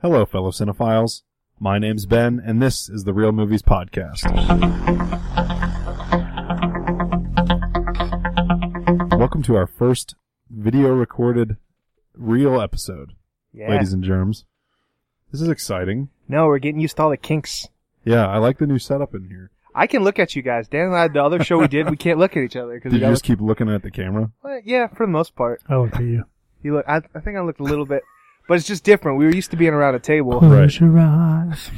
Hello, fellow cinephiles. My name's Ben, and this is the Real Movies Podcast. Welcome to our first video recorded real episode, Yeah. ladies and germs. This is exciting. no, we're getting used to all the kinks. Yeah, I like the new setup in here. I can look at you guys. Dan and I, the other show we did, we can't look at each other because Did we you got. just keep looking at the camera? Well, yeah, for the most part, I looked at you. you look. I, I think I looked a little bit, but it's just different. We were used to being around a table, Right. Close your eyes.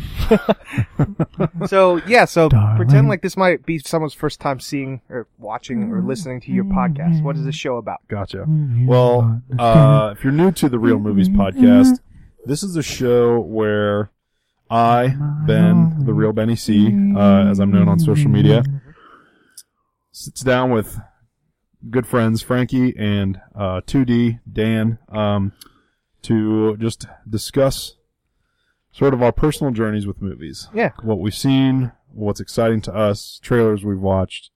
so yeah. So Darling. pretend like this might be someone's first time seeing or watching Mm-hmm. or listening to your podcast. What is this show about? Gotcha. Mm-hmm. Mm, you Well, understand. uh, if you're new to the Real Movies Podcast, this is a show where I, Ben, the real Benny C, uh, as I'm known on social media, sits down with good friends Frankie and uh, 2D Dan um, to just discuss sort of our personal journeys with movies. Yeah. What we've seen, what's exciting to us, trailers we've watched.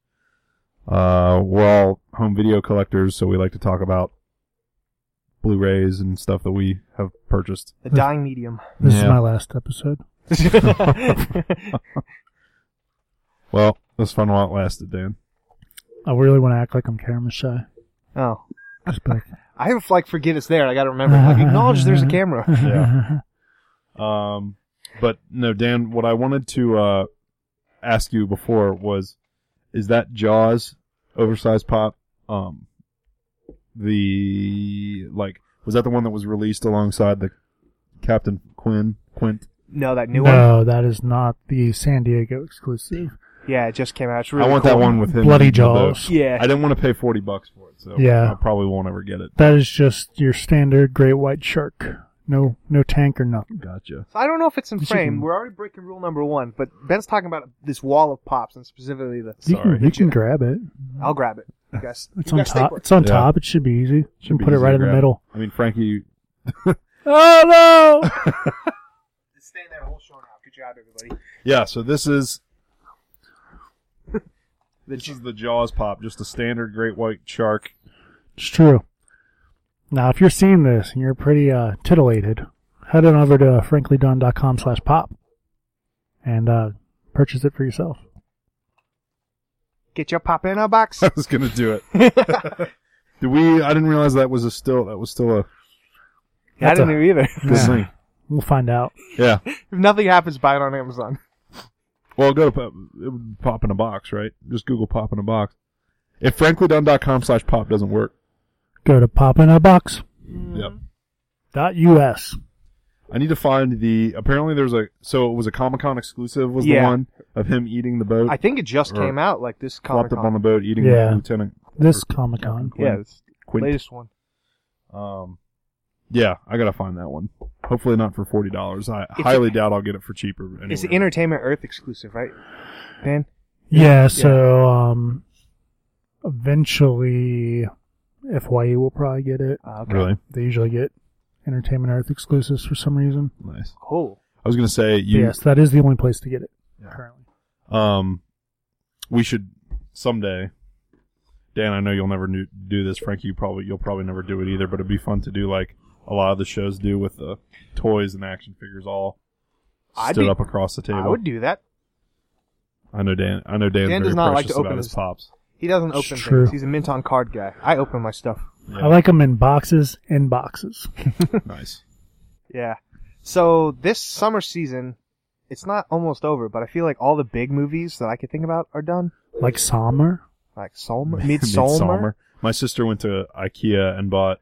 Uh, we're all home video collectors, so we like to talk about Blu-rays and stuff that we have purchased. The dying medium. This is Yeah. my last episode. Well, this fun while it lasted, Dan. I really want to act like I'm camera shy. oh, Just be like, I have like forget it's there. I got to remember. Like, acknowledge there's a camera. Yeah. Um, but no, Dan, what I wanted to uh, ask you before was, is that Jaws oversized pop? Um, the like was that the one that was released alongside the Captain Quinn Quint? No, that new one. no, that is not the San Diego exclusive. Yeah, it just came out. It's really I want cool. that one with him. Bloody and the boat. Jaws. Yeah. I didn't want to pay forty bucks for it, so Yeah. I probably won't ever get it. That is just your standard great white shark. No, no tank or nothing. Gotcha. So I don't know if it's in Yes, you frame. can- We're already breaking rule number one, but Ben's talking about this wall of pops and specifically the. You Sorry. can, you can grab it. I'll grab it. You guys, It's you on guys stick top. with It's on Yeah. top. It should be easy. You can Should be put it easy right to in the grab. middle. I mean, Frankie, Oh no! it. It's staying there the whole show now. Good job, everybody. Yeah, so this is this is the Jaws pop, just a standard great white shark. It's true. Now, if you're seeing this and you're pretty uh, titillated, head on over to franklydone.com slash pop and uh, purchase it for yourself. Get your pop in a box. I was gonna do it. Did we? I didn't realize that was a still. That was still a I didn't a- know either. this Yeah. thing. We'll find out. Yeah. If nothing happens, buy it on Amazon. Well, go to pop, it would pop in a box, right? Just Google pop in a box. If franklydone.com slash pop doesn't work, Go to popinabox.us. yep. I need to find the. Apparently, there's a. So it was a Comic Con exclusive. Was the Yeah. one of him eating the boat, I think it just Or came out like this comic flopped up on the boat, eating Yeah. the lieutenant. This Comic Con. Yeah, it's the Quint. latest one. Um, yeah, I gotta find that one. Hopefully not for forty dollars. I a- highly doubt I'll get it for cheaper. Anywhere. It's the Entertainment Earth exclusive, right? Ben, Yeah, so um, eventually FYE will probably get it. uh, okay. really They usually get Entertainment Earth exclusives for some reason. nice. Cool. I was gonna say But you. yes, that is the only place to get it currently. Um, we should someday. Dan, I know you'll never do, do this. Frankie, you probably you'll probably never do it either. But it'd be fun to do like a lot of the shows do with the toys and action figures all I'd stood be- up across the table. I would do that. I know Dan. I know Dan's Dan very does not like precious to open about his his- pops. He doesn't It's open true. things. He's a mint on card guy. I open my stuff. Yeah. I like them in boxes, in boxes. nice. Yeah. So this summer season, it's not almost over, but I feel like all the big movies that I could think about are done. like Sommer. Like Solmer, Midsummer. Midsummer. My sister went to IKEA and bought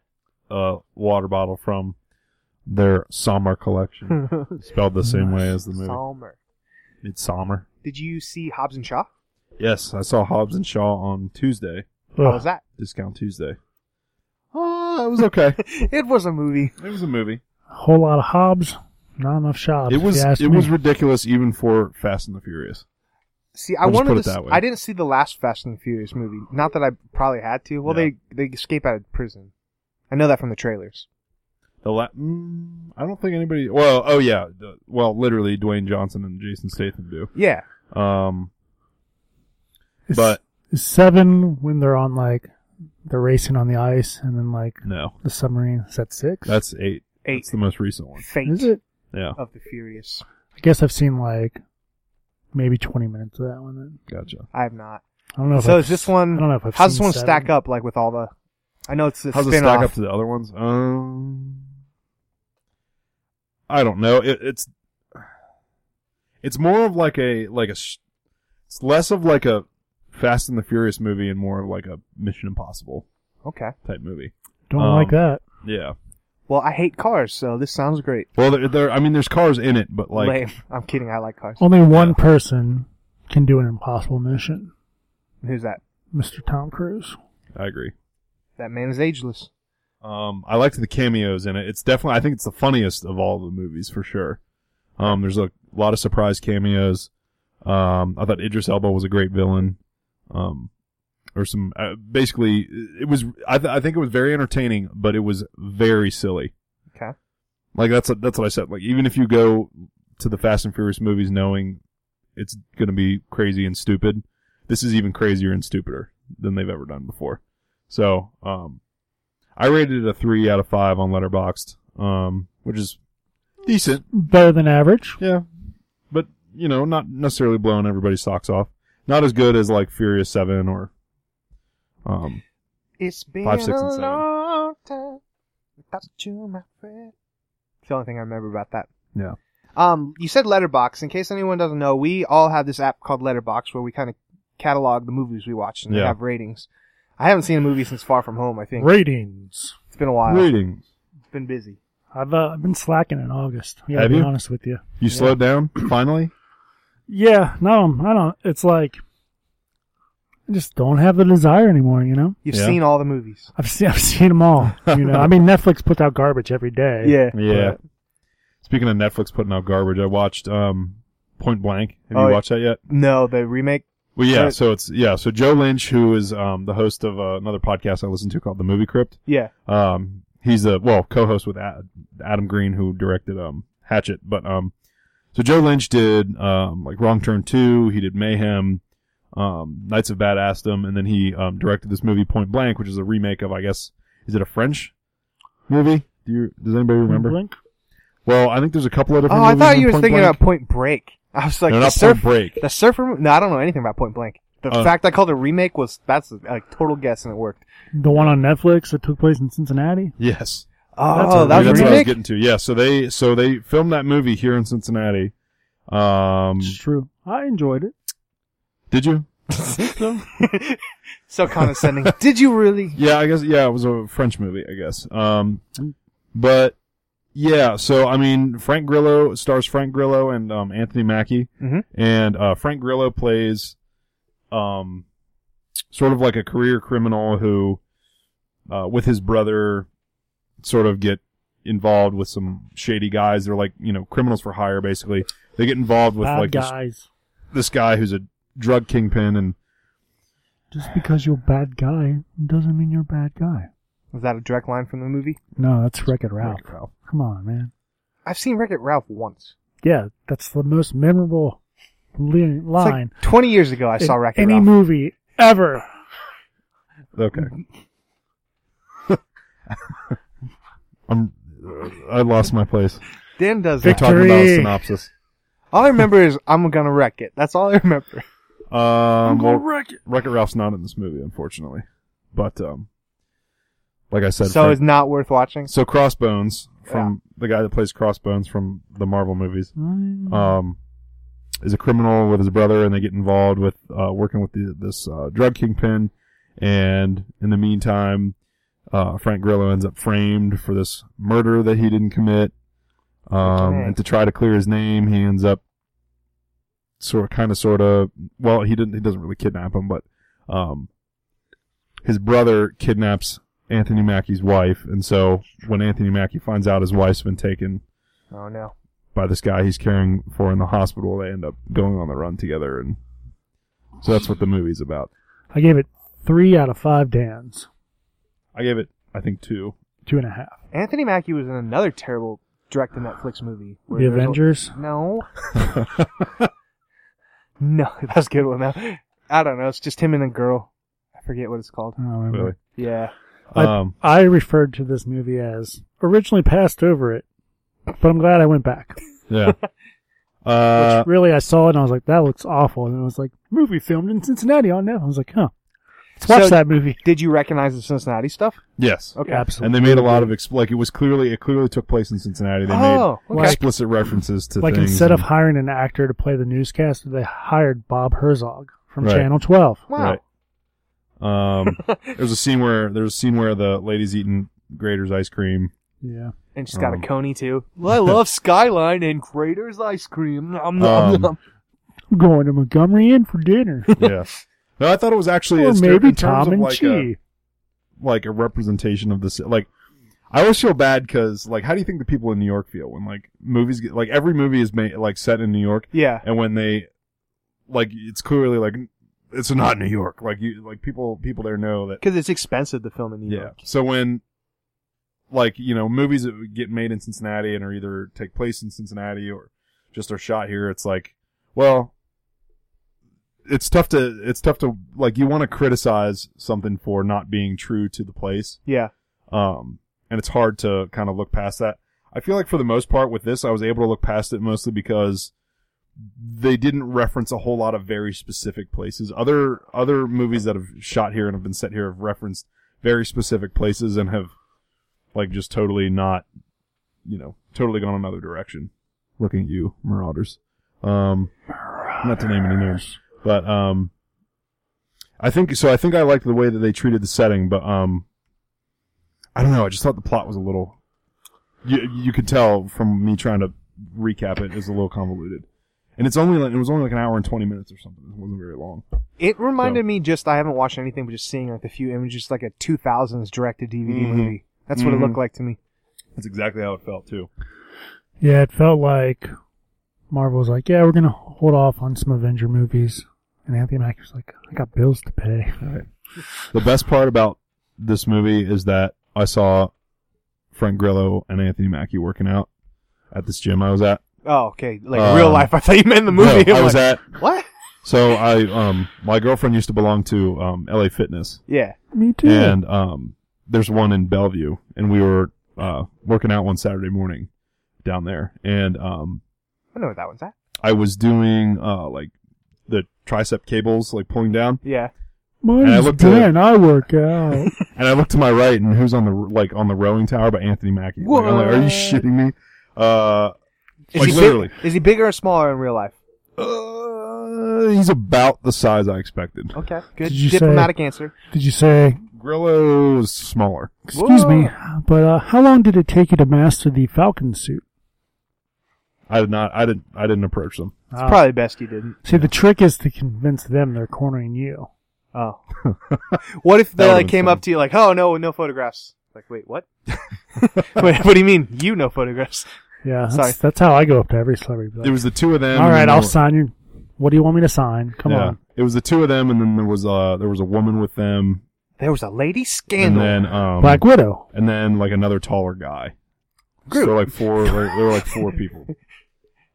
a water bottle from their Sommer collection, spelled the same way as the movie. Solmer. Midsummer. Did you see Hobbs and Shaw? Yes, I saw Hobbs and Shaw on Tuesday, How Ugh. was Oh, that? Discount Tuesday. Oh, it was okay. It was a movie. it was a movie. whole lot of Hobbs, not enough Shobbs. It Uh, if was you it ask me. was ridiculous even for Fast and the Furious. See, I We'll just wanted put to. it s- that way. I didn't see the last Fast and Furious movie. Not that I probably had to. Well, Yeah. they they escape out of prison. I know that from the trailers. The la- mm, I don't think anybody. Well, oh yeah. the- well, literally Dwayne Johnson and Jason Statham do. Yeah. Um, Is- but- is seven when they're on like they're racing on the ice and then like no, the submarine. Is that six? that's eight. Eight. That's the most recent one. Fate. is it? Yeah. of the Furious. I guess I've seen like maybe 20 minutes of that one. Then. Gotcha. I have not. I don't know. If So I've is this s- one? I don't know if I've How's this seen one seven. stack up? Like with all the, I know it's the How's it spin stack up off. to the other ones? Um, I don't know. It, it's it's more of like a like a s- it's less of like a Fast and the Furious movie and more of like a Mission Impossible Okay. type movie. Don't Um, like that. Yeah. Well, I hate cars, so this sounds great. Well, there, there. I mean, there's cars in it, but like Lame. I'm kidding. I like cars. Only one person can do an impossible mission. Who's that? Mr. Tom Cruise. I agree. That man is ageless. Um, I liked the cameos in it. It's definitely, I think it's the funniest of all the movies for sure. Um, there's a lot of surprise cameos. Um, I thought Idris Elba was a great villain. Um, or some, uh, basically, it was, I, th- I think it was very entertaining, but it was very silly. Okay. Like that's, that's what I said. Like even if you go to the Fast and Furious movies knowing it's going to be crazy and stupid, this is even crazier and stupider than they've ever done before. So, um, I rated it a three out of five on Letterboxd, um, which is decent. Better than average. Yeah, but you know, not necessarily blowing everybody's socks off. Not as good as like Furious Seven or, um, It's been Five, six, a and seven. long time without you, my friend. It's the only thing I remember about that. yeah, Um, you said Letterbox. In case anyone doesn't know, we all have this app called Letterbox where we kind of catalog the movies we watch and they Yeah. have ratings. I haven't seen a movie since Far From Home. I think Ratings. it's been a while. ratings. It's been busy. I've uh, I've been slacking in August. I gotta Have be you? honest with you. You slowed down finally. Yeah, no, I don't. It's like I just don't have the desire anymore. You know, You've Yeah. seen all the movies. I've seen I've seen them all. You know, I mean Netflix puts out garbage every day. Yeah. Speaking of Netflix putting out garbage, I watched um Point Blank. Have Oh, you yeah. watched that yet? No, the remake. Well, yeah. Uh, so it's yeah. So Joe Lynch, who is um the host of uh, another podcast I listen to called The Movie Crypt. Yeah. Um, he's a well co-host with Ad, Adam Green, who directed um Hatchet. But um, so Joe Lynch did um like Wrong Turn Two. He did Mayhem, um Knights of Badassdom, and then he um directed this movie Point Blank, which is a remake of I guess is it a French movie? Do you does anybody remember? Blink. Well, I think there's a couple of Oh, different. I movies thought in you were Point thinking Blank. about Point Break. I was like, No, the, not surf, Point Break. the surfer. No, I don't know anything about Point Blank. The Uh. fact I called it remake was that's a, a total guess and it worked. The one on Netflix that took place in Cincinnati. Yes. Oh, a- Maybe that was that's a what I was remake. getting to. Yeah, so they so they filmed that movie here in Cincinnati. Um, It's true. I enjoyed it. did you? so condescending. Did you really? Yeah, I guess. Yeah, it was a French movie, I guess. Um, but yeah, so I mean, Frank Grillo stars Frank Grillo and um, Anthony Mackie, Mhm. and uh, Frank Grillo plays um, sort of like a career criminal who, uh, with his brother, sort of get involved with some shady guys. They're like you know criminals for hire, basically. They get involved with Bad like this, guys. this guy who's a drug kingpin and Just because you're a bad guy doesn't mean you're a bad guy. Was that a direct line from the movie? No, that's Wreck It Ralph. Ralph. Come on, man. I've seen Wreck It Ralph once. Yeah, that's the most memorable li- It's line. like 20 years ago, I saw in Wreck It any Ralph. movie ever. Okay. I'm. I lost my place. Dan does We're that. Victor- talking about a Victory. synopsis. All I remember is I'm gonna wreck it. That's all I remember. Um, well, wreck it. Wreck-It Ralph's not in this movie, unfortunately. But um, like I said, So Frank- it's not worth watching. so Crossbones from the guy that plays Crossbones from the Marvel movies. Mm. Mm-hmm. Um, is a criminal with his brother, and they get involved with uh, working with the, this uh, drug kingpin. And in the meantime, uh, Frank Grillo ends up framed for this murder that he didn't commit. Um, Okay. and to try to clear his name, he ends up sort of, kind of, sort of. Well, he didn't. He doesn't really kidnap him, but um, his brother kidnaps Anthony Mackie's wife, and so when Anthony Mackie finds out his wife's been taken Oh no. by this guy he's caring for in the hospital, they end up going on the run together, and so that's what the movie's about. I gave it three out of five Dans. I gave it, I think, two. Two and a half. Anthony Mackie was in another terrible direct to Netflix movie. where the there's a- Avengers. No. no, that's a good one. Now, I don't know. It's just him and a girl. I forget what it's called. I don't remember. Really? Yeah. I, Um, I referred to this movie as originally passed over it but I'm glad I went back. Yeah. Uh, Which really, I saw it and I was like, that looks awful. And it was like, movie filmed in Cincinnati on now. I was like, huh. Let's watch So- that movie. Did you recognize the Cincinnati stuff? yes. Okay. And Absolutely. they made a lot of ex- like it was clearly it clearly took place in Cincinnati. They Oh, made okay. explicit references to like things instead of and- hiring an actor to play the newscaster, they hired Bob Herzog from Right. Channel 12. Wow. Right. Um, there's a scene where there's a scene where the lady's eating Grater's ice cream. Yeah. And she's got Um. a coney too. Well, I love Skyline and Grater's ice cream. Nom, nom, Um, nom. I'm going to Montgomery Inn for dinner. Yeah. no, I thought it was actually or it's- maybe in terms Tom of and like Chi. A, like a representation of this. Like, I always feel bad because like, how do you think the people in New York feel when like movies get like every movie is made like set in New York, Yeah. and when they like it's clearly like it's not New York. Like you like people people there know that Because it's expensive to film in New Yeah. York. So when, like, you know, movies that get made in Cincinnati and are either take place in Cincinnati or just are shot here, it's like, well, it's tough to, it's tough to, like, you want to criticize something for not being true to the place. Yeah. Um, and it's hard to kind of look past that. I feel like for the most part with this, I was able to look past it mostly because they didn't reference a whole lot of very specific places. Other, other movies that have shot here and have been set here have referenced very specific places and have like just totally not, you know, totally gone another direction. Looking at you, Marauders. Um, not to name any names, but, um, I think, so I think I liked the way that they treated the setting, but, um, I don't know. I just thought the plot was a little. You you could tell from me trying to recap it, it was a little convoluted, and it's only like, it was only like an hour and twenty minutes or something. It wasn't very long. It reminded So- me just I haven't watched anything but just seeing like a few images like a 2000s direct to DVD Mhm. movie. That's what Mhm. it looked like to me. That's exactly how it felt too. Yeah, it felt like Marvel was like, yeah, we're going to hold off on some Avenger movies. And Anthony Mackie was like, I got bills to pay. The best part about this movie is that I saw Frank Grillo and Anthony Mackie working out at this gym I was at. Oh, okay. Like Um, real life. I thought you meant the No, movie. I I'm was like, at. what? So I um my girlfriend used to belong to um L.A. Fitness. Yeah. Me too. And um, there's one in Bellevue, and we were uh, working out one Saturday morning down there, and um, I know where that one's at. I was doing uh, like the tricep cables, like pulling down, Yeah. Mine's and I looked at- Dan. I work out. and I looked to my right, and who's on the like on the rowing tower? But Anthony Mackie. Like, I'm like, are you What? shitting me? Uh, Is Like, he big- literally. is he bigger or smaller in real life? uh, he's about the size I expected. Okay. Good Did you say- diplomatic answer. Did you say, Grillo's smaller. excuse me, but uh, how long did it take you to master the Falcon suit? I did not. I didn't. I didn't approach them. Ah. Probably best you didn't. See, the trick is to convince them they're cornering you. Oh. what if That they would've like been came fun. up to you like, "Oh no, no photographs." Like, "Wait, what?" wait, what do you mean? You no photographs. Yeah, that's, Sorry. that's how I go up to every celebrity. Be It Like, was the two of them. and All then right, there I'll were- sign you. What do you want me to sign? Come yeah. on. It was the two of them, and then there was uh there was a woman with them, There was a lady scandal. And then, um, Black Widow. and then like another taller guy. Groot. So like four, like, there were like four people.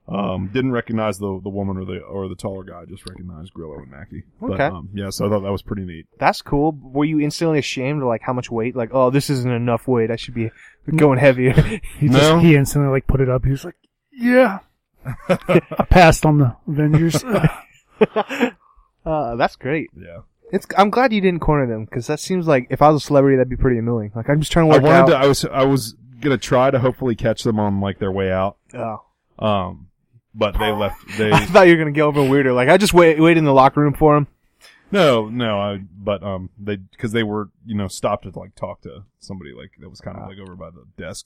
Um, didn't recognize the the woman or the or the taller guy. Just recognized Grillo and Mackey. But, Okay. um, yeah, so I thought that was pretty neat. That's cool. Were you instantly ashamed of like how much weight? Like, "Oh, this isn't enough weight. I should be going heavier." He No. just he instantly like put it up. He was like, "Yeah, I passed on the Avengers." uh, that's great. Yeah, It's I'm glad you didn't corner them because that seems like if I was a celebrity, that'd be pretty annoying. Like, I'm just trying to I work wanted to. out. I was I was gonna try to hopefully catch them on like their way out. Oh. Um, but they left. They I thought you were gonna go over weirder. Like, I just wait wait in the locker room for him. no no. I but um they because they were you know stopped to like talk to somebody like that was kind of like over by the desk.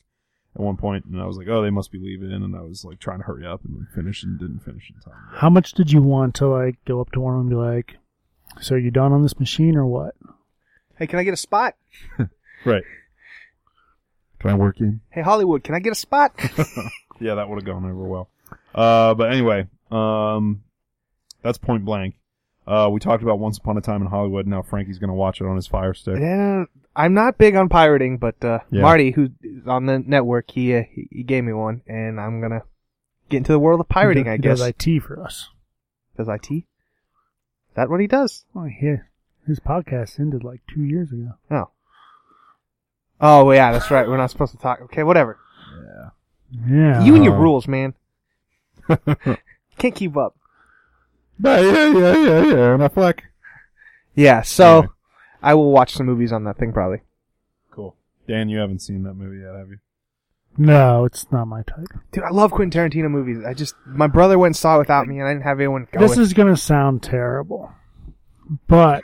At one point, and I was like, "Oh, they must be leaving," and I was like trying to hurry up and finish, and didn't finish in time. How much did you want to like go up to one and be like, "So you done on this machine or what?" Hey, can I get a spot? Right. Can I work in? Hey, Hollywood, can I get a spot? Yeah, that would have gone over well. Uh, but anyway, um, that's point blank. Uh, we talked about Once Upon a Time in Hollywood. Now Frankie's gonna watch it on his Fire Stick. Yeah, I'm not big on pirating, but uh, Yeah. Marty, who's on the network, he, uh, he he gave me one, and I'm gonna get into the world of pirating, He I do- he guess. does IT for us. Does IT? Is that what he does? Well, he, Oh, his podcast ended like two years ago. Oh. Oh well, yeah, that's right. We're not supposed to talk. Okay, whatever. Yeah. you and your Uh-huh. rules, man. Can't keep up. But yeah, yeah, yeah, yeah. And I flack. Yeah, so Anyway. I will watch some movies on that thing probably. Cool. Dan, you haven't seen that movie yet, have you? No, it's not my type. Dude, I love Quentin Tarantino movies. I just my brother went and saw it without me, and I didn't have anyone going. This is going to sound terrible, but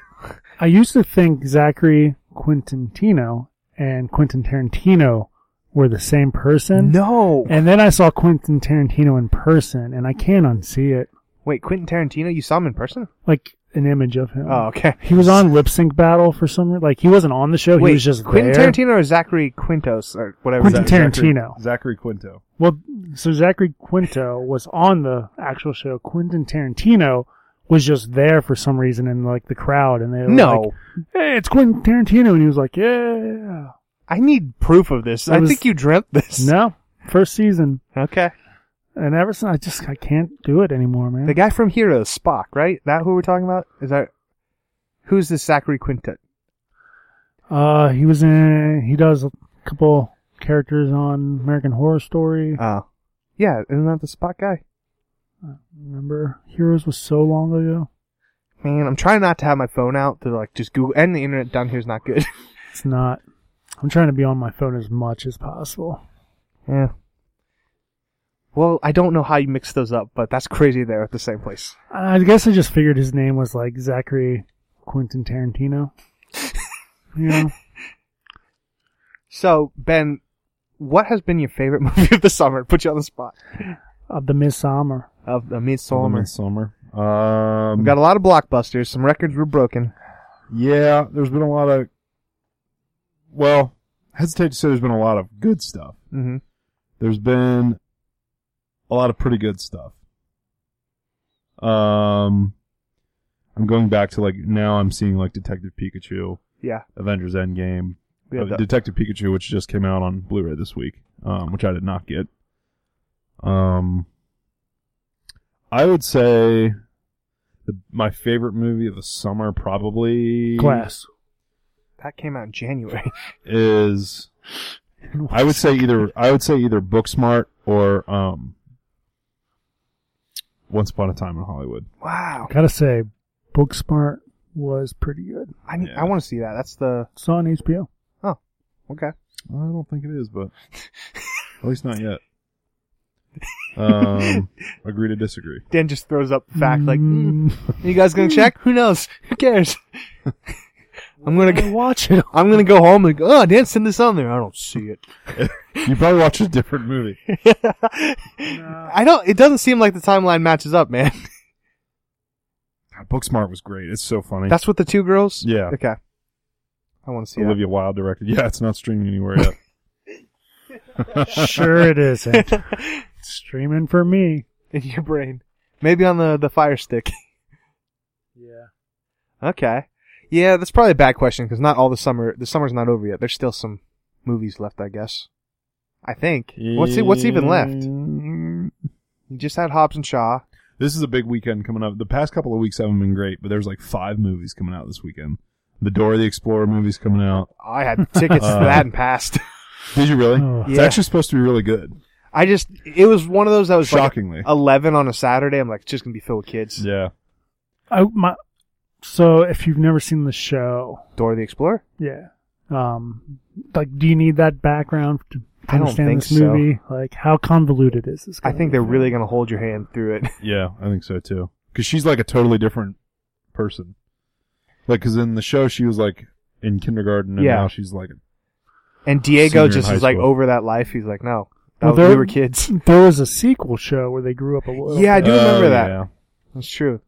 I used to think Zachary Quintantino and Quentin Tarantino were the same person. no. And then I saw Quentin Tarantino in person, and I can't unsee it. Wait, Quentin Tarantino, you saw him in person? Like an image of him. Oh, okay. He was on Lip Sync Battle for some reason. Like he wasn't on the show. Wait, he was just Quentin there. Tarantino or Zachary Quintos or whatever. Quentin his name is. Zachary- Tarantino. Zachary Quinto. Well, so Zachary Quinto was on the actual show. Quentin Tarantino was just there for some reason in like the crowd, and they were No, like, "Hey, it's Quentin Tarantino," and he was like, "Yeah." I need proof of this. It I was- think you dreamt this. No, first season, Okay. and ever since I just I can't do it anymore, man. The guy from Heroes, Spock, right? That who we're talking about? Is that who's this Zachary Quintet? uh, he was in. He does a couple characters on American Horror Story. Oh, yeah, isn't that the Spock guy? Remember, Heroes was so long ago. Man, I'm trying not to have my phone out to like just Google and the internet down here is not good. It's not. I'm trying to be on my phone as much as possible. yeah. Well, I don't know how you mix those up, but that's crazy. They're at the same place. I guess I just figured his name was like Zachary Quentin Tarantino. you know, So Ben, what has been your favorite movie of the summer? Put you on the spot of the Midsummer. of the midsummer. Summer. Um, We've got a lot of blockbusters. Some records were broken. yeah, there's been a lot of. Well, hesitate to say there's been a lot of good stuff. hmm There's been a lot of pretty good stuff. Um, I'm going back to like now. I'm seeing like Detective Pikachu, Yeah. Avengers Endgame, We had Uh, the- Detective Pikachu, which just came out on Blu-ray this week, um, which I did not get. Um, I would say the, my favorite movie of the summer probably Glass. that came out in January. is I would say either I would say either Booksmart or um, Once Upon a Time in Hollywood. wow. Gotta say, Booksmart was pretty good. I need, Yeah. I want to see that. That's the It's on HBO. okay. I don't think it is, but at least not yet. Um, agree to disagree. Dan just throws up fact like, mm, Mm, "You guys gonna check? Who knows? Who cares?" I'm gonna I go, watch it. I'm gonna go home and go. Oh, Dan sent this on there. I don't see it. You probably watched a different movie. I don't. It doesn't seem like the timeline matches up, man. God, Booksmart was great. It's so funny. That's what the two girls. Yeah. Okay. I want to see Olivia Wilde directed. Yeah, it's not streaming anywhere yet. sure, it isn't. that Streaming for me. in your brain. Maybe on the the Fire Stick. Yeah. Okay. Yeah, that's probably a bad question because not all the summer. The summer's not over yet. There's still some movies left, I guess. I think. What's e-, what's even left? You just had Hobbs and Shaw. This is a big weekend coming up. The past couple of weeks haven't been great, but there's like five movies coming out this weekend. The Dora the Explorer movie's coming out. I had tickets to Uh, that and passed. Did you really? Oh. It's Yeah. actually supposed to be really good. I just it was one of those that was like Shockingly. eleven on a Saturday. I'm like, it's just gonna be filled with kids. yeah. I, my, so if you've never seen the show, Dora the Explorer. Yeah. Um, like, do you need that background to, to I don't understand think this movie? Like, how convoluted is this? I gonna think be? they're really gonna hold your hand through it. Yeah, I think so too. Because she's like a totally different person. Like, because in the show, she was like in kindergarten, and Yeah. now she's like, And Senior Diego in just high is like school. over that life. He's like, no, that Well, was, we there- were kids. There was a sequel show where they grew up a little. Yeah, I bit. do remember Oh, that. yeah. That's true.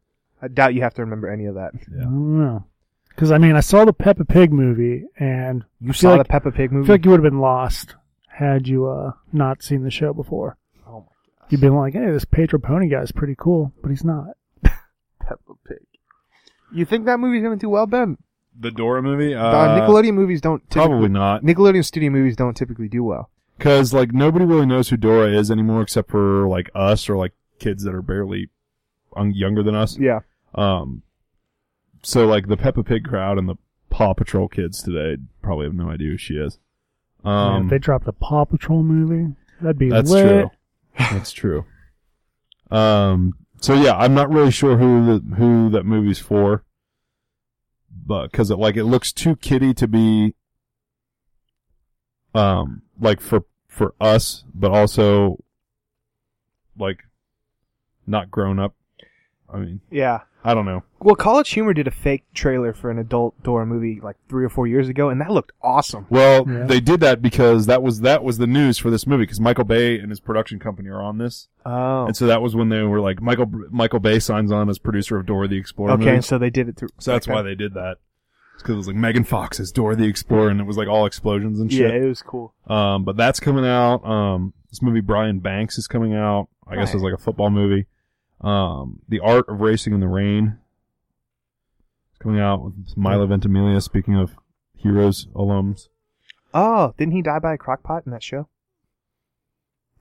I doubt you have to remember any of that. I don't know. Because I mean, I saw the Peppa Pig movie, and You I feel saw like, the Peppa Pig I movie. feel like you would have been lost had you uh not seen the show before. Oh my You'd been like, "Hey, this Pedro Pony guy's pretty cool," but he's not. Peppa Pig. You think that movie's gonna do well, Ben? The Dora movie? Uh, Uh, Nickelodeon movies don't typically, probably not. Nickelodeon studio movies don't typically do well. Because like nobody really knows who Dora is anymore, except for like us or like kids that are barely un- younger than us. Yeah. Um, so like the Peppa Pig crowd and the Paw Patrol kids today probably have no idea who she is. Man, if Um, they dropped a Paw Patrol movie. That'd be That's lit. true. That's true. Um. So yeah, I'm not really sure who the, who that movie's for, but because it like it looks too kiddie to be, um, like for for us, but also like not grown up. I mean, Yeah. I don't know. Well, College Humor did a fake trailer for an adult door movie like three or four years ago, and that looked awesome. Well, Yeah. they did that because that was that was the news for this movie because Michael Bay and his production company are on this, Oh. and so that was when they were like Michael Michael Bay signs on as producer of Dora the Explorer. okay, movies. so they did it through. So that's like why that. they did that. It's because it was like Megan Fox as Dora the Explorer, and it was like all explosions and Yeah, shit. it was cool. Um, but that's coming out. Um, this movie Brian Banks is coming out. I guess it's like a football movie. Um, The Art of Racing in the Rain is coming out with Milo Ventimiglia. Speaking of Heroes alums, Oh, didn't he die by a crock pot in that show?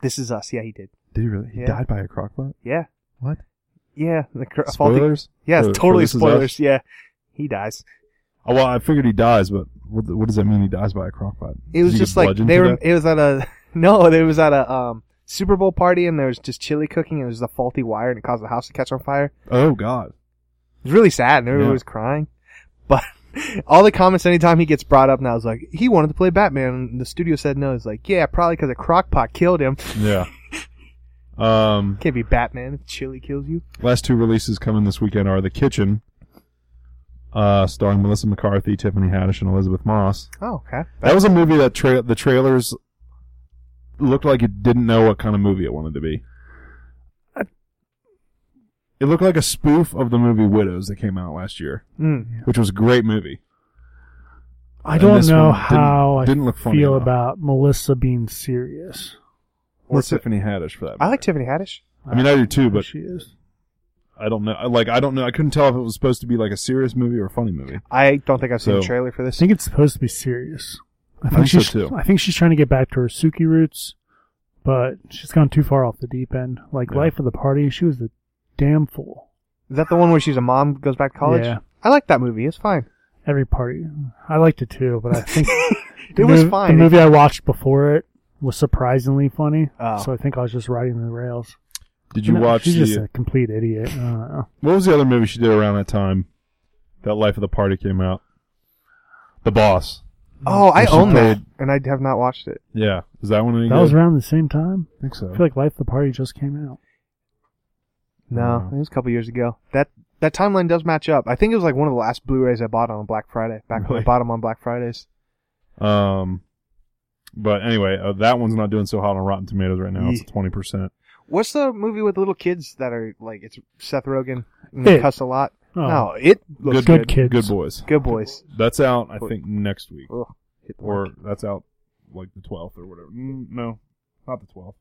This is us. Yeah, he did. did he really? He Yeah. died by a crockpot. Yeah. What? Yeah. The cr- a faulty- Spoilers? Yeah, it's For- for totally This Is Us? spoilers. Yeah. He dies. Oh, well, I figured he dies, but what, what does that mean? He dies by a crockpot. It Does was he just get like bludgeoned they to were. death? It was at a no. It was at a um, Super Bowl party, and there was just chili cooking. And it was a faulty wire, and it caused the house to catch on fire. Oh God. It was really sad, and everyone Yeah. was crying. But all the comments anytime he gets brought up now is like he wanted to play Batman, and the studio said no. It's like yeah, probably because a crockpot killed him. Yeah. um. Can't be Batman if chili kills you. Last two releases coming this weekend are The Kitchen, uh, starring Melissa McCarthy, Tiffany Haddish, and Elizabeth Moss. Oh, okay. That was a movie that tra- the trailers looked like it didn't know what kind of movie it wanted to be. It looked like a spoof of the movie Widows that came out last year, Mm. which was a great movie. I And don't this know one didn't- how didn't I look funny feel enough. about Melissa being serious. Or Melissa- Tiffany Haddish for that. I like matter. Tiffany Haddish. I mean, I do too, but- she is. I don't know. I- Like I don't know. I couldn't tell if it was supposed to be like a serious movie or a funny movie. I don't think I've seen So- a trailer for I this. think it's supposed to be serious. I think think so, she's. too. I think she's trying to get back to her Suki roots, but she's gone too far off the deep end. Like Yeah. life of the party, she was a damn fool. Is that the one where she's a mom goes back to college? Yeah. I like that movie. It's fine. Every party, I liked it too, but I think It the was mov- fine. The movie I watched before it was surprisingly funny, Oh. so I think I was just riding the rails. Did you No, watch? She's the, just a complete idiot. Uh, I don't know. What was the other movie she did around that time? That Life of the Party came out. The Boss. oh, I She own that, played- and I have not watched it. Yeah. Is that one any That was good? around the same time. I think so. I feel like Life of the Party just came out. No, Wow. it was a couple years ago. That that timeline does match up. I think it was like one of the last Blu-rays I bought on Black Friday. Back when Really? I bought them on Black Fridays. Um, but anyway, uh, that one's not doing so hot on Rotten Tomatoes right now. It's Ye- twenty percent. What's the movie with little kids that are like it's Seth Rogen and they It. cuss a lot? Oh. No, it looks Good good. Kid. Kids. Good boys. Good boys. That's out. I think next week, Ugh. or that's out like the twelfth or whatever. Mm, no, not the twelfth.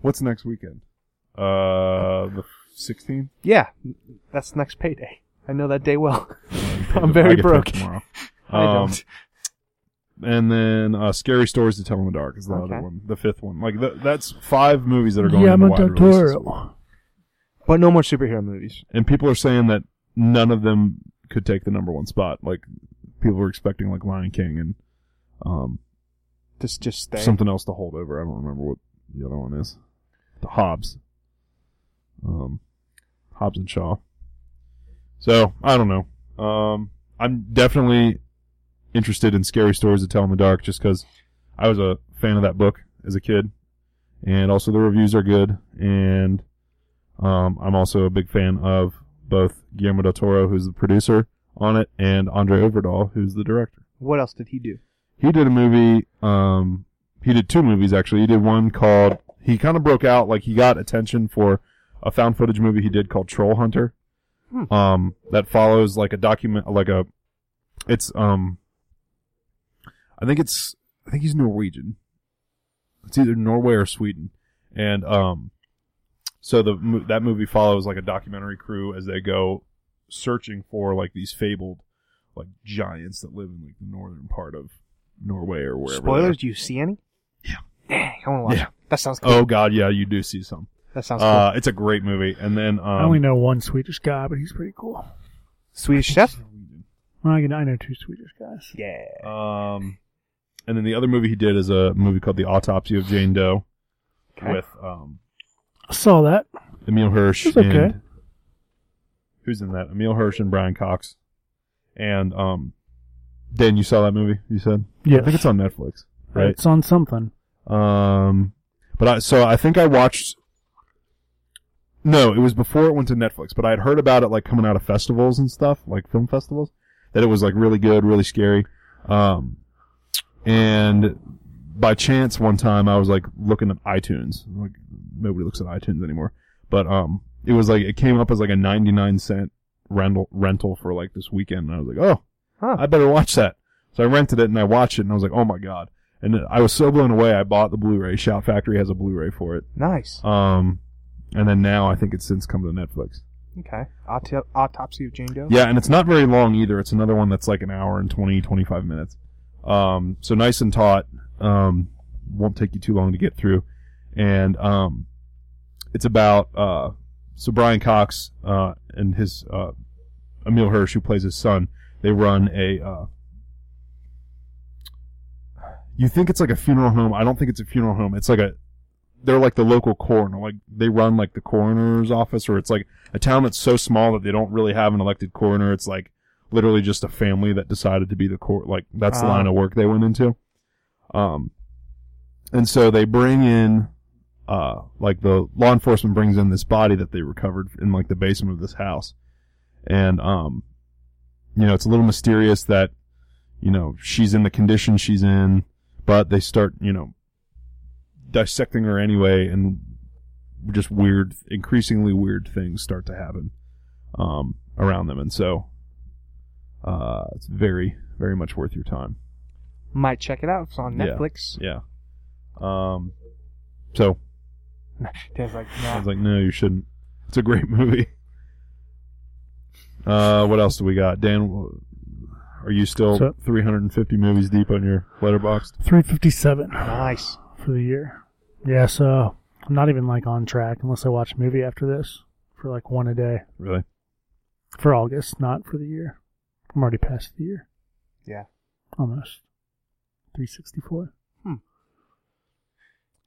What's next weekend? Uh, the sixteenth. Yeah, that's next payday. I know that day well. I'm very broke. tomorrow. I Um, don't. and then uh, "Scary Stories to Tell in the Dark" is the Okay. other one, the fifth one. Like th- that's five movies that are going into Guillermo wide del release this Toro. week. But no more superhero movies. and people are saying that none of them could take the number one spot. Like people were expecting like Lion King and um, Just just stay. something else to hold over. I don't remember what the other one is. The Hobbs, um, Hobbs and Shaw. So I don't know. Um, I'm definitely interested in scary stories to tell in the dark, just because I was a fan of that book as a kid, and also the reviews are good. And um, I'm also a big fan of both Guillermo del Toro, who's the producer on it, and Andre Overdahl, who's the director What else did he do? he did a movie um he did two movies actually he did one called he kind of broke out like he got attention for a found footage movie he did called troll hunter Hmm. um that follows like a document like a it's um i think it's i think he's norwegian it's either norway or sweden and um so the mo- that movie follows like a documentary crew as they go searching for like these fabled like giants that live in like the northern part of Norway or wherever. they Spoilers? Do you see any? Yeah. Dang, I want to watch. Yeah. it. That sounds are. cool. Oh God, yeah, you do see some. That sounds cool. Uh, it's a great movie, and then um, I only know one Swedish guy, but he's pretty cool. Swedish Chef. Well, I, can, I know two Swedish guys. Yeah. um, And then the other movie he did is a movie called The Autopsy of Jane Doe Okay. with um, I saw that. Emil Hirsch. It's okay. And who's in that? Emil Hirsch and Brian Cox. And um, Dan, you saw that movie? You said Yeah, I think it's on Netflix, right? It's on something. Um, but I, so I think I watched. No, it was before it went to Netflix, but I had heard about it like coming out of festivals and stuff, like film festivals, that it was like really good, really scary. Um, and by chance one time I was like looking at iTunes. Like nobody looks at iTunes anymore, but um, it was like it came up as like a ninety nine cent rental rental for like this weekend, and I was like, oh, Huh. I better watch that. So I rented it and I watched it and I was like, oh my god. And I was so blown away. I bought the Blu-ray. Shout Factory has a Blu-ray for it. nice. Um, and then now I think it's since come to Netflix. Okay. Auto- autopsy of Jane Doe. Yeah, and it's not very long either. It's another one that's like an hour and 20, 25 minutes. Um, so nice and taut. Um, won't take you too long to get through. And um, it's about uh, so Brian Cox uh, and his uh, Emil Hirsch, who plays his son, they run a. Uh, you think it's like a funeral home? I don't think it's a funeral home. It's like a. They're like the local coroner. Like they run like the coroner's office, or it's like a town that's so small that they don't really have an elected coroner. It's like literally just a family that decided to be the court. Like that's the Ah. line of work they went into. Um, and so they bring in, uh, like the law enforcement brings in this body that they recovered in like the basement of this house, and um, you know it's a little mysterious that, you know, she's in the condition she's in, but they start you know dissecting her anyway, and just weird, increasingly weird things start to happen um, around them, and so uh, it's very, very much worth your time. Might check it out. It's on Yeah. Netflix. Yeah. Um, so Dan's like, I was no. like, no, you shouldn't. It's a great movie. Uh, what else do we got, Dan? w- Are you still So- 350 movies deep on your letterbox? 357 Nice. for the year. Yeah, so I'm not even like on track unless I watch a movie after this for like one a day Really? for August, not for the year. I'm already past the year Yeah. almost. 364.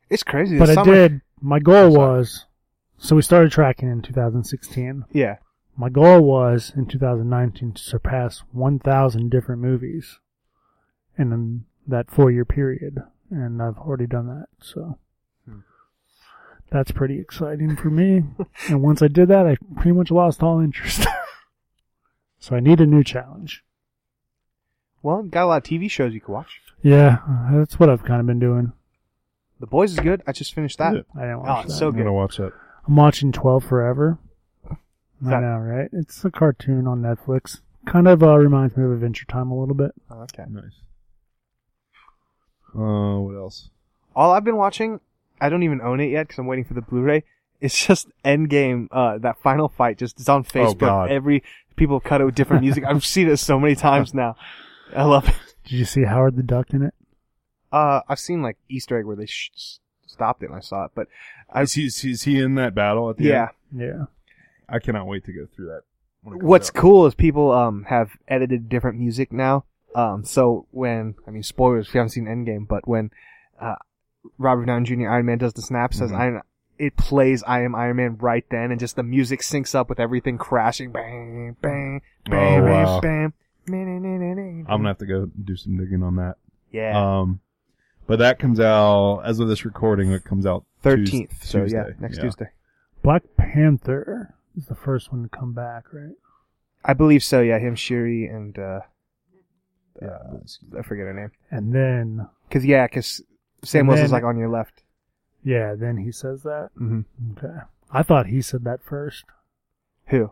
It's crazy. But this I summer- did. My goal I'm sorry. was so we started tracking in 2016. Yeah. My goal was in 2019 to surpass 1,000 different movies in an- that four year period, and I've already done that, so Hmm. that's pretty exciting for me. and once I did that, I pretty much lost all interest. so I need a new challenge. Well, got a lot of TV shows you can watch. Yeah, that's what I've kind of been doing. The Boys is good. I just finished that. Yeah. I didn't Oh, watch it's that. so I'm good. gonna watch that. I'm watching 12 Forever. I That- know, right? It's a cartoon on Netflix. Kind of uh, reminds me of Adventure Time a little bit. Oh, okay. Nice. Uh, what else? All I've been watching, I don't even own it yet because I'm waiting for the Blu-ray. It's just Endgame. Uh, that final fight just it's on Facebook. God. Every people cut it with different music. I've seen it so many times now. I love it. Did you see Howard the Duck in it? Uh, I've seen like Easter egg where they sh- s- stopped it and I saw it, but I Is he, is he- is he in that battle at the yeah. end? Yeah. I cannot wait to go through that. when it comes What's out. cool is people um have edited different music now. Um, so when I mean spoilers if you haven't seen Endgame, but when uh Robert Downey Jr. Iron Man does the snap says Mhm. Iron, it plays I am Iron Man right then, and just the music syncs up with everything crashing, bang, bang, bang, Oh, bang, wow. bam. I'm I'm gonna have to go do some digging on that. yeah, Um, but that comes out as of this recording. It comes out thirteenth. Tues- so yeah, Tuesday. next Tuesday. Black Panther is the first one to come back, right? I believe so. Yeah, him, Shuri, and uh, Yeah, I forget her name. And then, Cause yeah, cause Sam And Wilson's then- like on your left. yeah, then he says that. Mm-hmm. Okay. I thought he said that first. Who?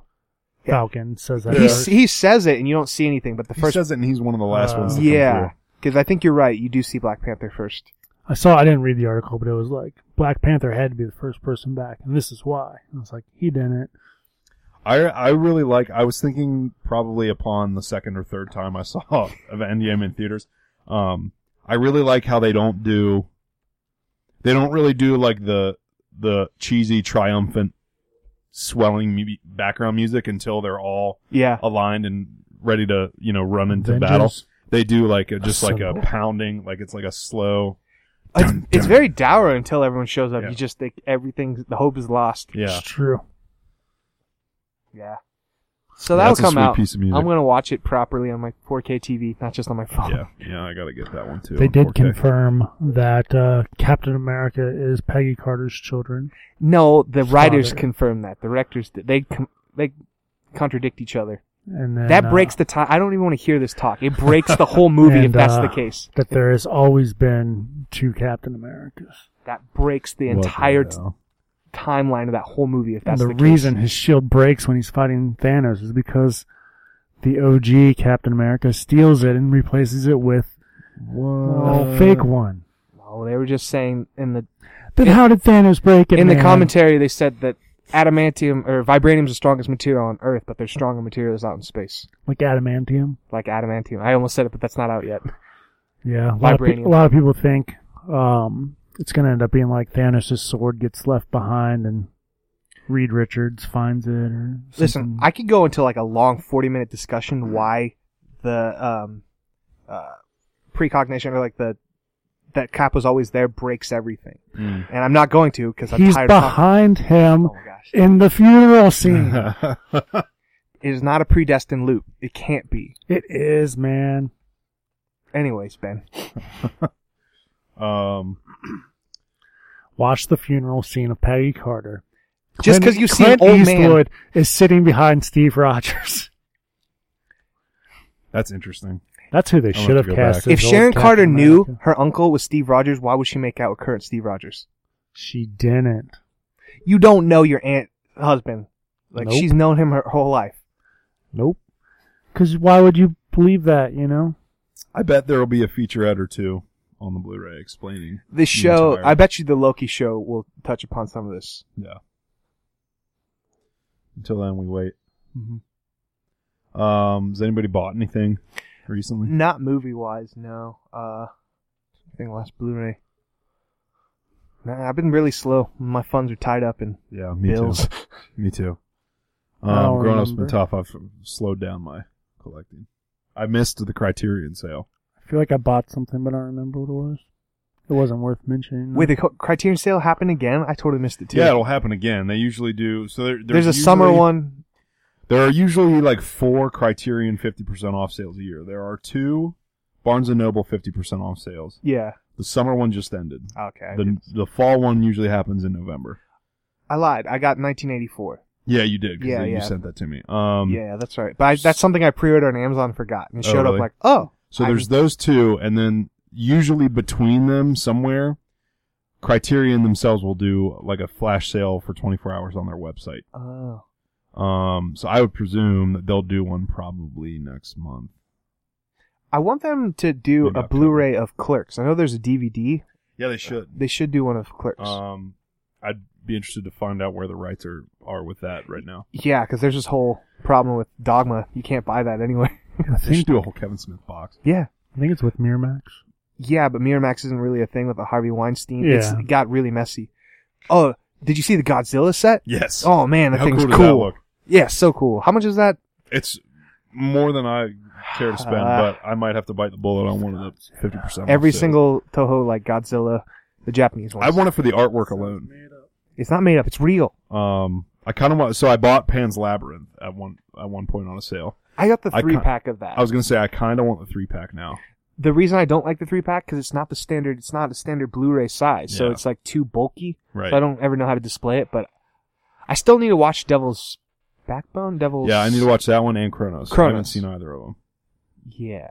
Yeah. Falcon says that Yeah. He first. s- he says it, and you don't see anything. But the he first, says it, and he's one of the last Uh, ones. To come yeah, because I think you're right. You do see Black Panther first. I saw, I didn't read the article, but it was like, Black Panther had to be the first person back, and this is why. And I was like, he didn't. through. I I really like. I was thinking probably upon the second or third time I saw of Endgame in theaters. Um, I really like how they don't do. They don't really do like the the cheesy triumphant swelling mu- background music until they're all Yeah, aligned and ready to you know run into Avengers. battle. They do like a, just like a Assemble. pounding, like it's like a slow. It's, Oh, Dun, it's dun. very dour until everyone shows up. Yeah. You just think everything, the hope is lost. Yeah, It's true. Yeah. So Yeah, that'll that's a come sweet out. piece of music. I'm gonna watch it properly on my 4K TV, not just on my phone. yeah, yeah. I gotta get that one too. They on did 4K. confirm that uh, Captain America is Peggy Carter's children. No, the writers Father. confirmed that. The directors did. they com- they contradict each other. And then, that uh, breaks the tie. I don't even want to hear this talk. It breaks the whole movie if And, that's uh, the case. that there has always been two Captain Americas. That breaks the What entire t- hell? timeline of that whole movie if And that's the, the, case. reason his shield breaks when he's fighting Thanos is because the OG Captain America steals it and replaces it with a Uh, What? Oh, fake one. No, they were just saying in the Then how did Thanos break it? in the man? commentary they said that adamantium or vibranium is the strongest material on Earth, but there's stronger materials out in space, like adamantium. like adamantium. I almost said it, but that's not out yet. Yeah, a lot, of pe- Vibranium. a lot of people think um, it's going to end up being like Thanos' sword gets left behind and Reed Richards finds it. Or Listen, something. I could go into like a long 40 minute discussion Mm-hmm. why the um, uh, precognition or like the that Cap was always there breaks everything, Mm. and I'm not going to because I'm he's tired. of talking- behind him Oh my gosh! in the funeral scene. It is not a predestined loop. It can't be. it is, man. Anyways, Ben, um, Watch the funeral scene of Peggy Carter. Just Clint- 'cause you see an Clint old man- Eastwood is sitting behind Steve Rogers. that's interesting. That's who they I'll should have have to go back. cast. if as old Sharon Captain Carter knew America. her uncle was Steve Rogers, why would she make out with current Steve Rogers? she didn't. You don't know your aunt husband. Like Nope. she's known him her whole life. Nope. Because why would you believe that? You know. I bet there will be a featurette or two on the Blu-ray explaining This the show, entire- I bet you the Loki show will touch upon some of this. Yeah. Until then, we wait. Mhm. Um, has anybody bought anything recently? Not movie wise, no. Uh, I think last Blu-ray. Nah, I've been really slow. My funds are tied up in Yeah, me bills. too. Me too. I Um, don't grown up's been remember. tough. I've slowed down my collecting. I missed the Criterion sale. I feel like I bought something, but I don't remember what it was. It wasn't worth mentioning. Wait, the Co- Criterion sale happened again? I totally missed it too. Yeah, it'll happen again. They usually do. So there, there's, a summer usually- one. There are usually like four Criterion 50% off sales a year. There are two Barnes and Noble 50% off sales. Yeah. The summer one just ended. Okay. I The did- the fall one usually happens in November. I lied. I got 1984. Yeah, you did. 'cause Yeah, you yeah. sent that to me. Um, yeah, that's right. But I, that's something I pre-ordered on Amazon and forgot, and it Oh, showed really? up like, oh. So I there's those two, and then usually between them somewhere, Criterion themselves will do like a flash sale for 24 hours on their website. Oh. Um, so I would presume that they'll do one probably next month. I want them to do Maybe a October. Blu-ray of Clerks. I know there's a DVD. Yeah, they should. They should do one of Clerks. Um, I'd be interested to find out where the rights are are with that right now. Yeah, because there's this whole problem with Dogma. You can't buy that anyway. I They should think do a whole Kevin Smith box. yeah. I think it's with Miramax. Yeah, but Miramax isn't really a thing with the Harvey Weinstein. It's, Yeah. it got really messy. Oh, did you see the Godzilla set? Yes. Oh man, that How thing's cool cool. does that look? Yeah, so cool. How much is that? It's more than I care to spend, Ah. but I might have to bite the bullet on one of the fifty percent. Every single Toho like Godzilla, the Japanese one. I want it for the artwork alone. it's not made up. It's real. Um, I kind of want. So I bought Pan's Labyrinth at one at one point on a sale. I got the I three can't- pack of that. I was gonna say I kind of want the three pack now. the reason I don't like the three pack because it's not the standard. It's not a standard Blu-ray size, so Yeah. it's like too bulky. Right. So I don't ever know how to display it. But I still need to watch Devil's Backbone. Devil's Yeah, I need to watch that one and Chronos. I haven't Chronos. seen either of them. Yeah.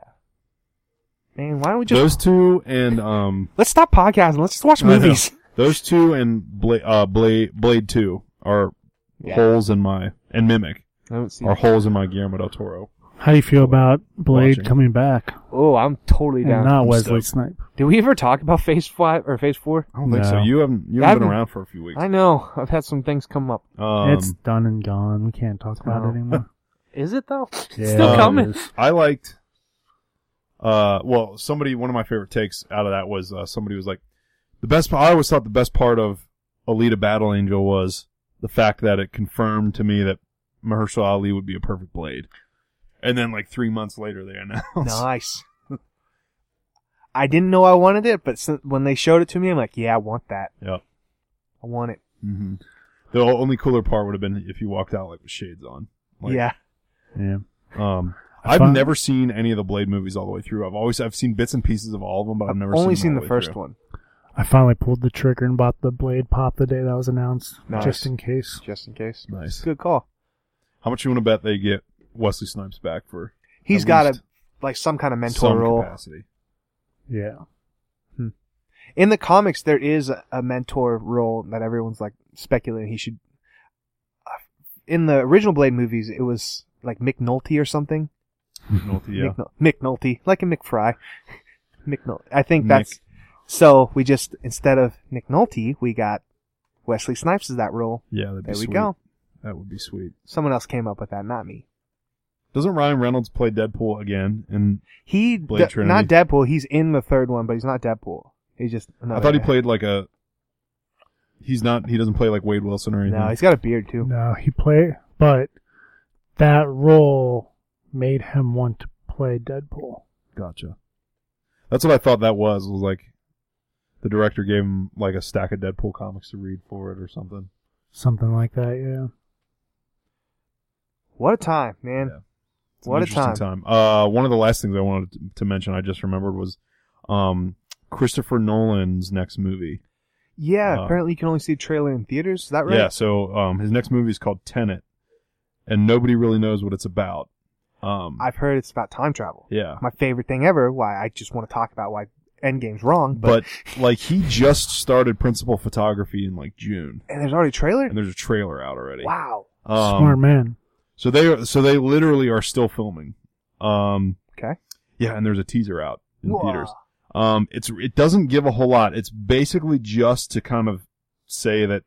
Man, why don't we just those two and um, let's stop podcasting? Let's just watch I know. movies. those two and Blade, uh, Blade, Blade Two are holes in my and Mimic I haven't seen. are holes in my Guillermo del Toro. How do you feel about Blade Watching. coming back Oh, I'm totally and down. not I'm Wesley stoked. Snipe? Did we ever talk about Phase Five or Phase Four? I don't think so. No. You haven't you I haven't been haven't- around for a few weeks. I know. I've had some things come up. Um, it's done and gone. We can't talk about No. it anymore. Is it though? Yeah, Still Um, coming. it is. I liked. Uh, well, somebody one of my favorite takes out of that was uh, somebody was like, the best. pa- I always thought the best part of Alita Battle Angel was the fact that it confirmed to me that Mahershala Ali would be a perfect Blade, and then like three months later they announced. Nice. I didn't know I wanted it, but since, when they showed it to me, I'm like, yeah, I want that. Yep. I want it. Mm-hmm. The only cooler part would have been if you walked out like with shades on. Like, yeah. Yeah. Um, I I've found- never seen any of the Blade movies all the way through. I've always I've seen bits and pieces of all of them, but I've, never only seen, seen them all the way first through. one. I finally pulled the trigger and bought the blade pop the day that was announced, Nice. just in case. Just in case. Nice. Good call. How much you want to bet they get Wesley Snipes back for He's At got a least like some kind of mentor some role. capacity? Yeah. In the comics, there is a, a mentor role that everyone's like speculating he should. uh, In the original Blade movies, it was like Mick Nolte or something. Nolte, yeah. Mick, Nol- Mick Nolte, like a McFry. Mick Nolte. I think Nick. that's so. We just instead of Nick Nolte, we got Wesley Snipes as that role. Yeah, that'd be There we sweet. go. That would be sweet. Someone else came up with that, not me. Doesn't Ryan Reynolds play Deadpool again? And He Blade d- not Trinity. Deadpool. He's in the third one, but he's not Deadpool. He's just. I Another thought he guy. played like a. He's not. He doesn't play like Wade Wilson or anything. No, he's got a beard too. No, he played, but that role made him want to play Deadpool. Gotcha. That's what I thought that was. Was like the director gave him like a stack of Deadpool comics to read for it or something. Something like that, yeah. What a time, man! Yeah. It's an What a interesting time. time. Uh, one of the last things I wanted to, to mention, I just remembered, was um, Christopher Nolan's next movie. Yeah, Uh, apparently you can only see a trailer in theaters. Is that right? Yeah. So um, his next movie is called Tenet, and nobody really knows what it's about. Um, I've heard it's about time travel. yeah. My favorite thing ever. Why I just want to talk about why Endgame's wrong, but, but like he just started principal photography in like June, and there's already a trailer. and there's a trailer out already. Wow. Um, Smart man. So they so they literally are still filming. Um, Okay. yeah, and there's a teaser out in Whoa. theaters. Um, it's it doesn't give a whole lot. It's basically just to kind of say that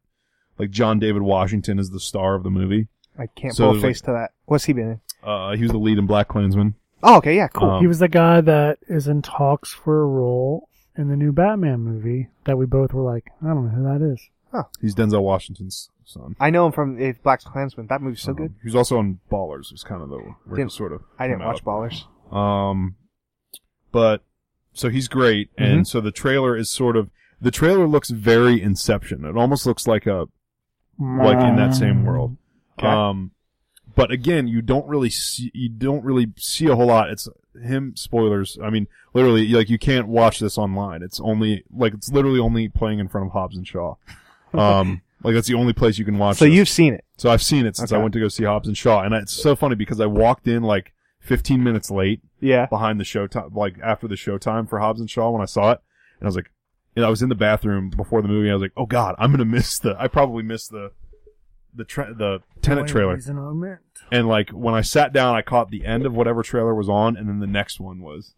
like John David Washington is the star of the movie. I can't So pull a there's, face to that. What's he been in? Uh, he was the lead in Black Klansman. Oh, okay, yeah, cool. Um, he was the guy that is in talks for a role in the new Batman movie that we both were like, I don't know who that is. He's Denzel Washington's son. I know him from if Black Klansman. That movie's so Um, good. He was also on Ballers. Was kind of the where he Didn't- sort of. I didn't came out. watch Ballers. Um, but so he's great, Mm-hmm. and so the trailer is sort of the trailer looks very Inception. It almost looks like a like in that same world. Mm. Okay. Um, but again, you don't really see you don't really see a whole lot. It's him spoilers. I mean, literally, like you can't watch this online. It's only like it's literally only playing in front of Hobbs and Shaw. Um, like that's the only place you can watch. So this. you've seen it. So I've seen it since I Okay. went to go see Hobbs and Shaw, and it's so funny because I walked in like 15 minutes late Yeah. behind the showtime, like after the showtime for Hobbs and Shaw when I saw it, and I was like, and I was in the bathroom before the movie. And I was like, oh god, I'm gonna miss the, I probably missed the, the tra- the tenant trailer. He's an element. And like when I sat down, I caught the end of whatever trailer was on, and then the next one was was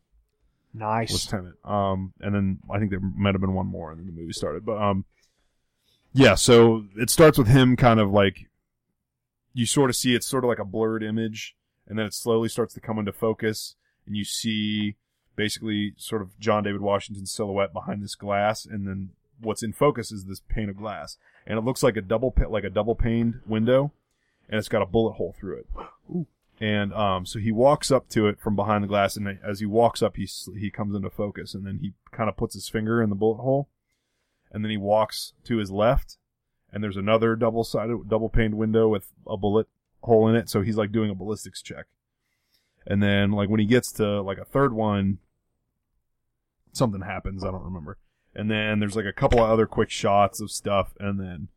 Nice. Tenant. Um, and then I think there might have been one more, and then the movie started. But um, yeah. So it starts with him kind of like you sort of see it's sort of like a blurred image, and then it slowly starts to come into focus, and you see basically sort of John David Washington's silhouette behind this glass, and then what's in focus is this pane of glass, and it looks like a double pa- like a double paned window, and it's got a bullet hole through it. And um, so he walks up to it from behind the glass, and as he walks up, he s- he comes into focus, and then he kind of puts his finger in the bullet hole, and then he walks to his left, and there's another double sided, double paned window with a bullet hole in it. So he's like doing a ballistics check, and then like when he gets to like a third one, something happens. I don't remember. And then there's like a couple of other quick shots of stuff, and then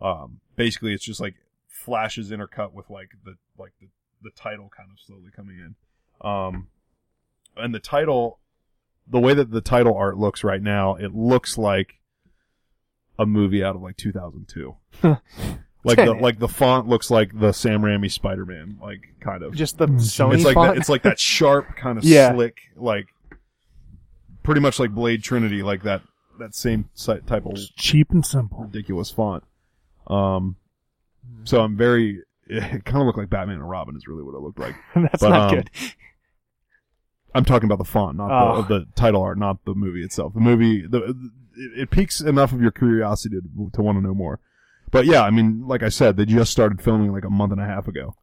um, basically it's just like flashes intercut with like the like the the title kind of slowly coming in. Um, and the title, the way that the title art looks right now, it looks like a movie out of like 2002. like the Tenet. like the font looks like the Sam Raimi Spider Man, like kind of. Just the Mm. Sony it's like font. that, it's like that sharp kind of Yeah. slick, like pretty much like Blade Trinity, like that that same si- type of Just cheap and simple. ridiculous font. Um, so I'm very. It kind of looked like Batman and Robin is really what it looked like. That's but, not um, good. I'm talking about the font, not Oh. the, of the title art, not the movie itself. The movie, the, the- it, it piques enough of your curiosity to, to want to know more. But yeah, I mean, like I said, they just started filming like a month and a half ago.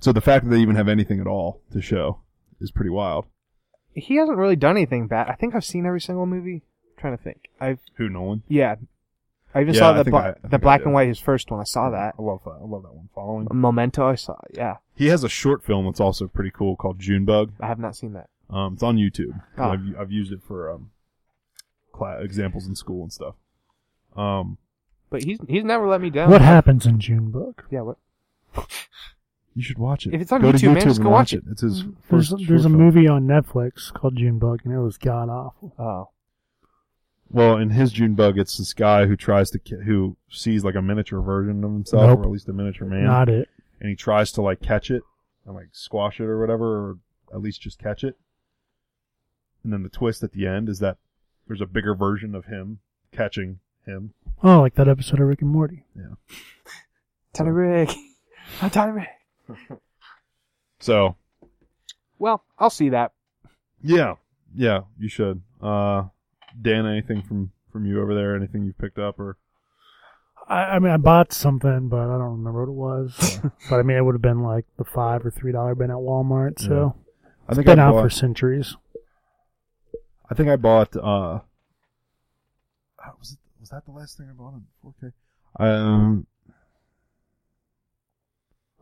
So the fact that they even have anything at all to show is pretty wild. he hasn't really done anything bad. I think I've seen every single movie. I'm trying to think. I've Who Nolan? yeah, I even Yeah, saw I the think bla- I- I think I the black did. and white his first one. I saw that. I love that. I love that one. Following. Memento. I saw. Yeah, He has a short film that's also pretty cool called Junebug. I have not seen that. Um, it's on YouTube. Ah. I've, I've used it for um, cla examples in school and stuff. Um, But he's he's never let me down. What happens in Junebug? Yeah. What? you should watch it. If it's on Go to YouTube, man, just and go watch it. It's his Mm. There's, first. there's a short film. movie on Netflix called Junebug, and it was god awful. Oh. Well, in his Junebug, it's this guy who tries to ki- who sees like a miniature version of himself, Nope. or at least a miniature man, Not it. and he tries to like catch it and like squash it or whatever, or at least just catch it. And then the twist at the end is that there's a bigger version of him catching him. Oh, like that episode of Rick and Morty. Yeah. Tiny Rick. I'm Tiny Rick. So Well, I'll see that. Yeah, yeah, you should. Uh, Dan, anything from from you over there? Anything you've picked up or I, I mean, I bought something, but I don't remember what it was. but I mean, it would have been like the five or three dollar bin at Walmart. So I think been I out bought, for centuries. I think I bought. Uh, ah, was it was that the last thing I bought on 4K? Um,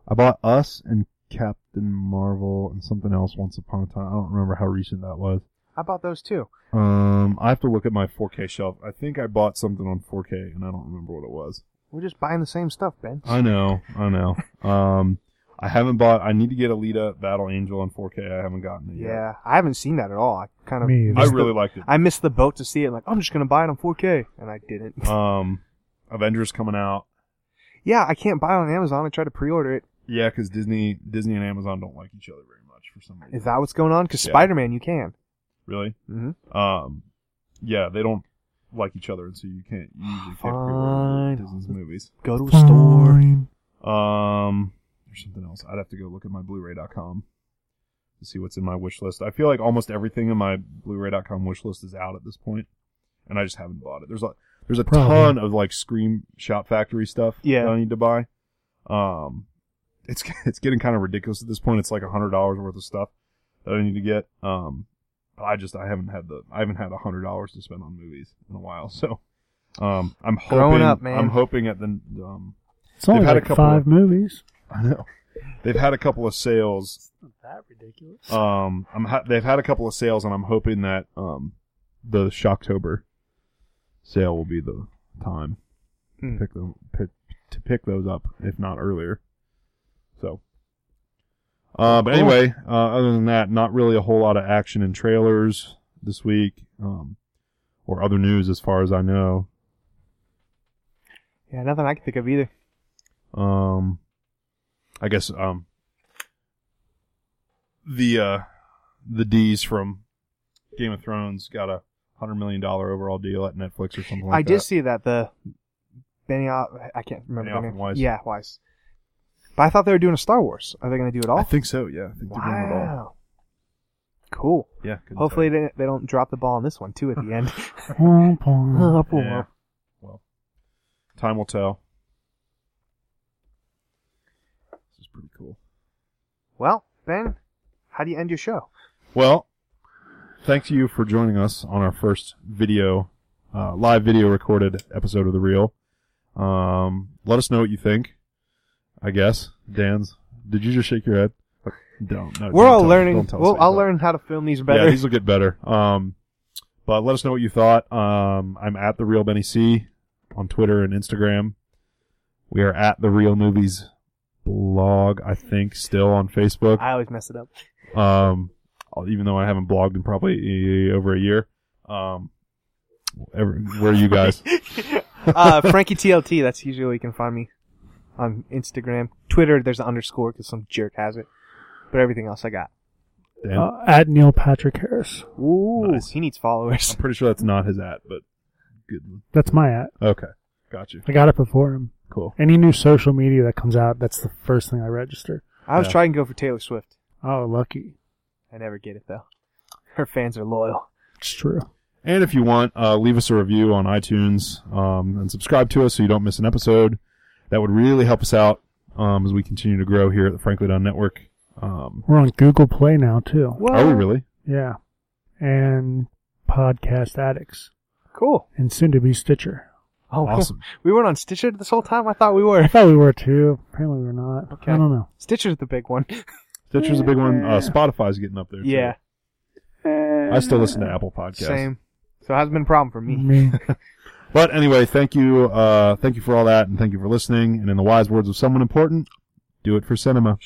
I bought Us and Captain Marvel and something else once upon a time. I don't remember how recent that was. How about those two? Um, I have to look at my 4K shelf. I think I bought something on 4K and I don't remember what it was. We're just buying the same stuff, Ben. I know, I know. Um, I haven't bought. I need to get Alita Battle Angel in 4K. I haven't gotten it yeah. yet. I haven't seen that at all. I kind of. Me either. I missed really the- liked it. I missed the boat to see it. Like I'm just gonna buy it on 4K, and I didn't. Um, Avengers coming out. yeah, I can't buy it on Amazon. I tried to pre-order it. Yeah, because Disney, Disney and Amazon don't like each other very much for some reason. Is that what's going on? Because Yeah. Spider-Man, you can. really? Mm-hmm. Um, yeah, they don't like each other, and so you can't you usually can't Fine. pre-order Disney's movies. Go to a store. Um, there's something else. I'd have to go look at my Blu-ray.com to see what's in my wish list. I feel like almost everything in my Blu-ray.com wish list is out at this point, and I just haven't bought it. There's a there's a Probably. ton of like Scream Shout Factory stuff Yeah. that I need to buy. Um, it's it's getting kind of ridiculous at this point. It's like a hundred dollars worth of stuff that I need to get. Um, but I just I haven't had the I haven't had a hundred dollars to spend on movies in a while, so. Um, I'm hoping. Growing up, man. I'm hoping at the um, It's only They've had a like couple five of- movies. I know. They've had a couple of sales. Not that ridiculous. Um, I'm ha- they've had a couple of sales, and I'm hoping that um, the Shocktober sale will be the time to Hmm. pick them pick, to pick those up, if not earlier. So, uh, but Cool. anyway, uh, other than that, not really a whole lot of action in trailers this week, um, or other news as far as I know. Yeah, nothing I can think of either. Um, I guess um, the uh, the D's from Game of Thrones got a hundred million dollar overall deal at Netflix or something like I that. did see that the Benioff. I can't remember Benioff the name. and Weiss. Yeah, Weiss. But I thought they were doing a Star Wars. Are they going to do it all? I think so. Yeah, I think they're doing it all. wow. Cool. Yeah. couldn't Hopefully they, they don't drop the ball on this one too at the end. tell. Yeah. Well, time will tell. This is pretty cool. Well, Ben, how do you end your show? Well, thanks to you for joining us on our first video, uh, live video recorded episode of The Real. Um, let us know what you think, I guess. Dan's, did you just shake your head? Don't. No, We're Oh, don't all tell- learning. don't tell us Well, what you I'll thought. learn how to film these better. Yeah, these will get better. Um, but let us know what you thought. Um, I'm at the real Benny C on Twitter and Instagram. We are at the real movies blog, I think, still on Facebook. I always mess it up. Um, even though I haven't blogged in probably uh, over a year. Um, ever, where are you guys? uh, Frankie TLT. That's usually where you can find me on Instagram, Twitter. There's an underscore because some jerk has it, but everything else I got. Dan? Uh, at Neil Patrick Harris. Ooh, Nice. he needs followers. I'm pretty sure that's not his at, but good. one. That's my at. Okay, got you. I got it before him. Cool. Any new social media that comes out, that's the first thing I register. I was Yeah. trying to go for Taylor Swift. Oh, lucky. I never get it though. Her fans are loyal. It's true. And if you want, uh, leave us a review on iTunes um, and subscribe to us so you don't miss an episode. That would really help us out um, as we continue to grow here at the Frankly Done Network. Um, We're on Google Play now too. What? are we really? Yeah. and Podcast Addicts, Cool. and soon to be Stitcher. Oh, Awesome. We weren't on Stitcher this whole time. I thought we I were. thought we were too. Apparently we're not. Okay. I don't know. Stitcher's the big one. Stitcher's a big one. Yeah. Uh, Spotify's getting up there. too. yeah. I still listen to Apple Podcasts. Same. So it hasn't been a problem for me. Me. But anyway, thank you, uh, thank you for all that, and thank you for listening. And in the wise words of someone important, do it for cinema.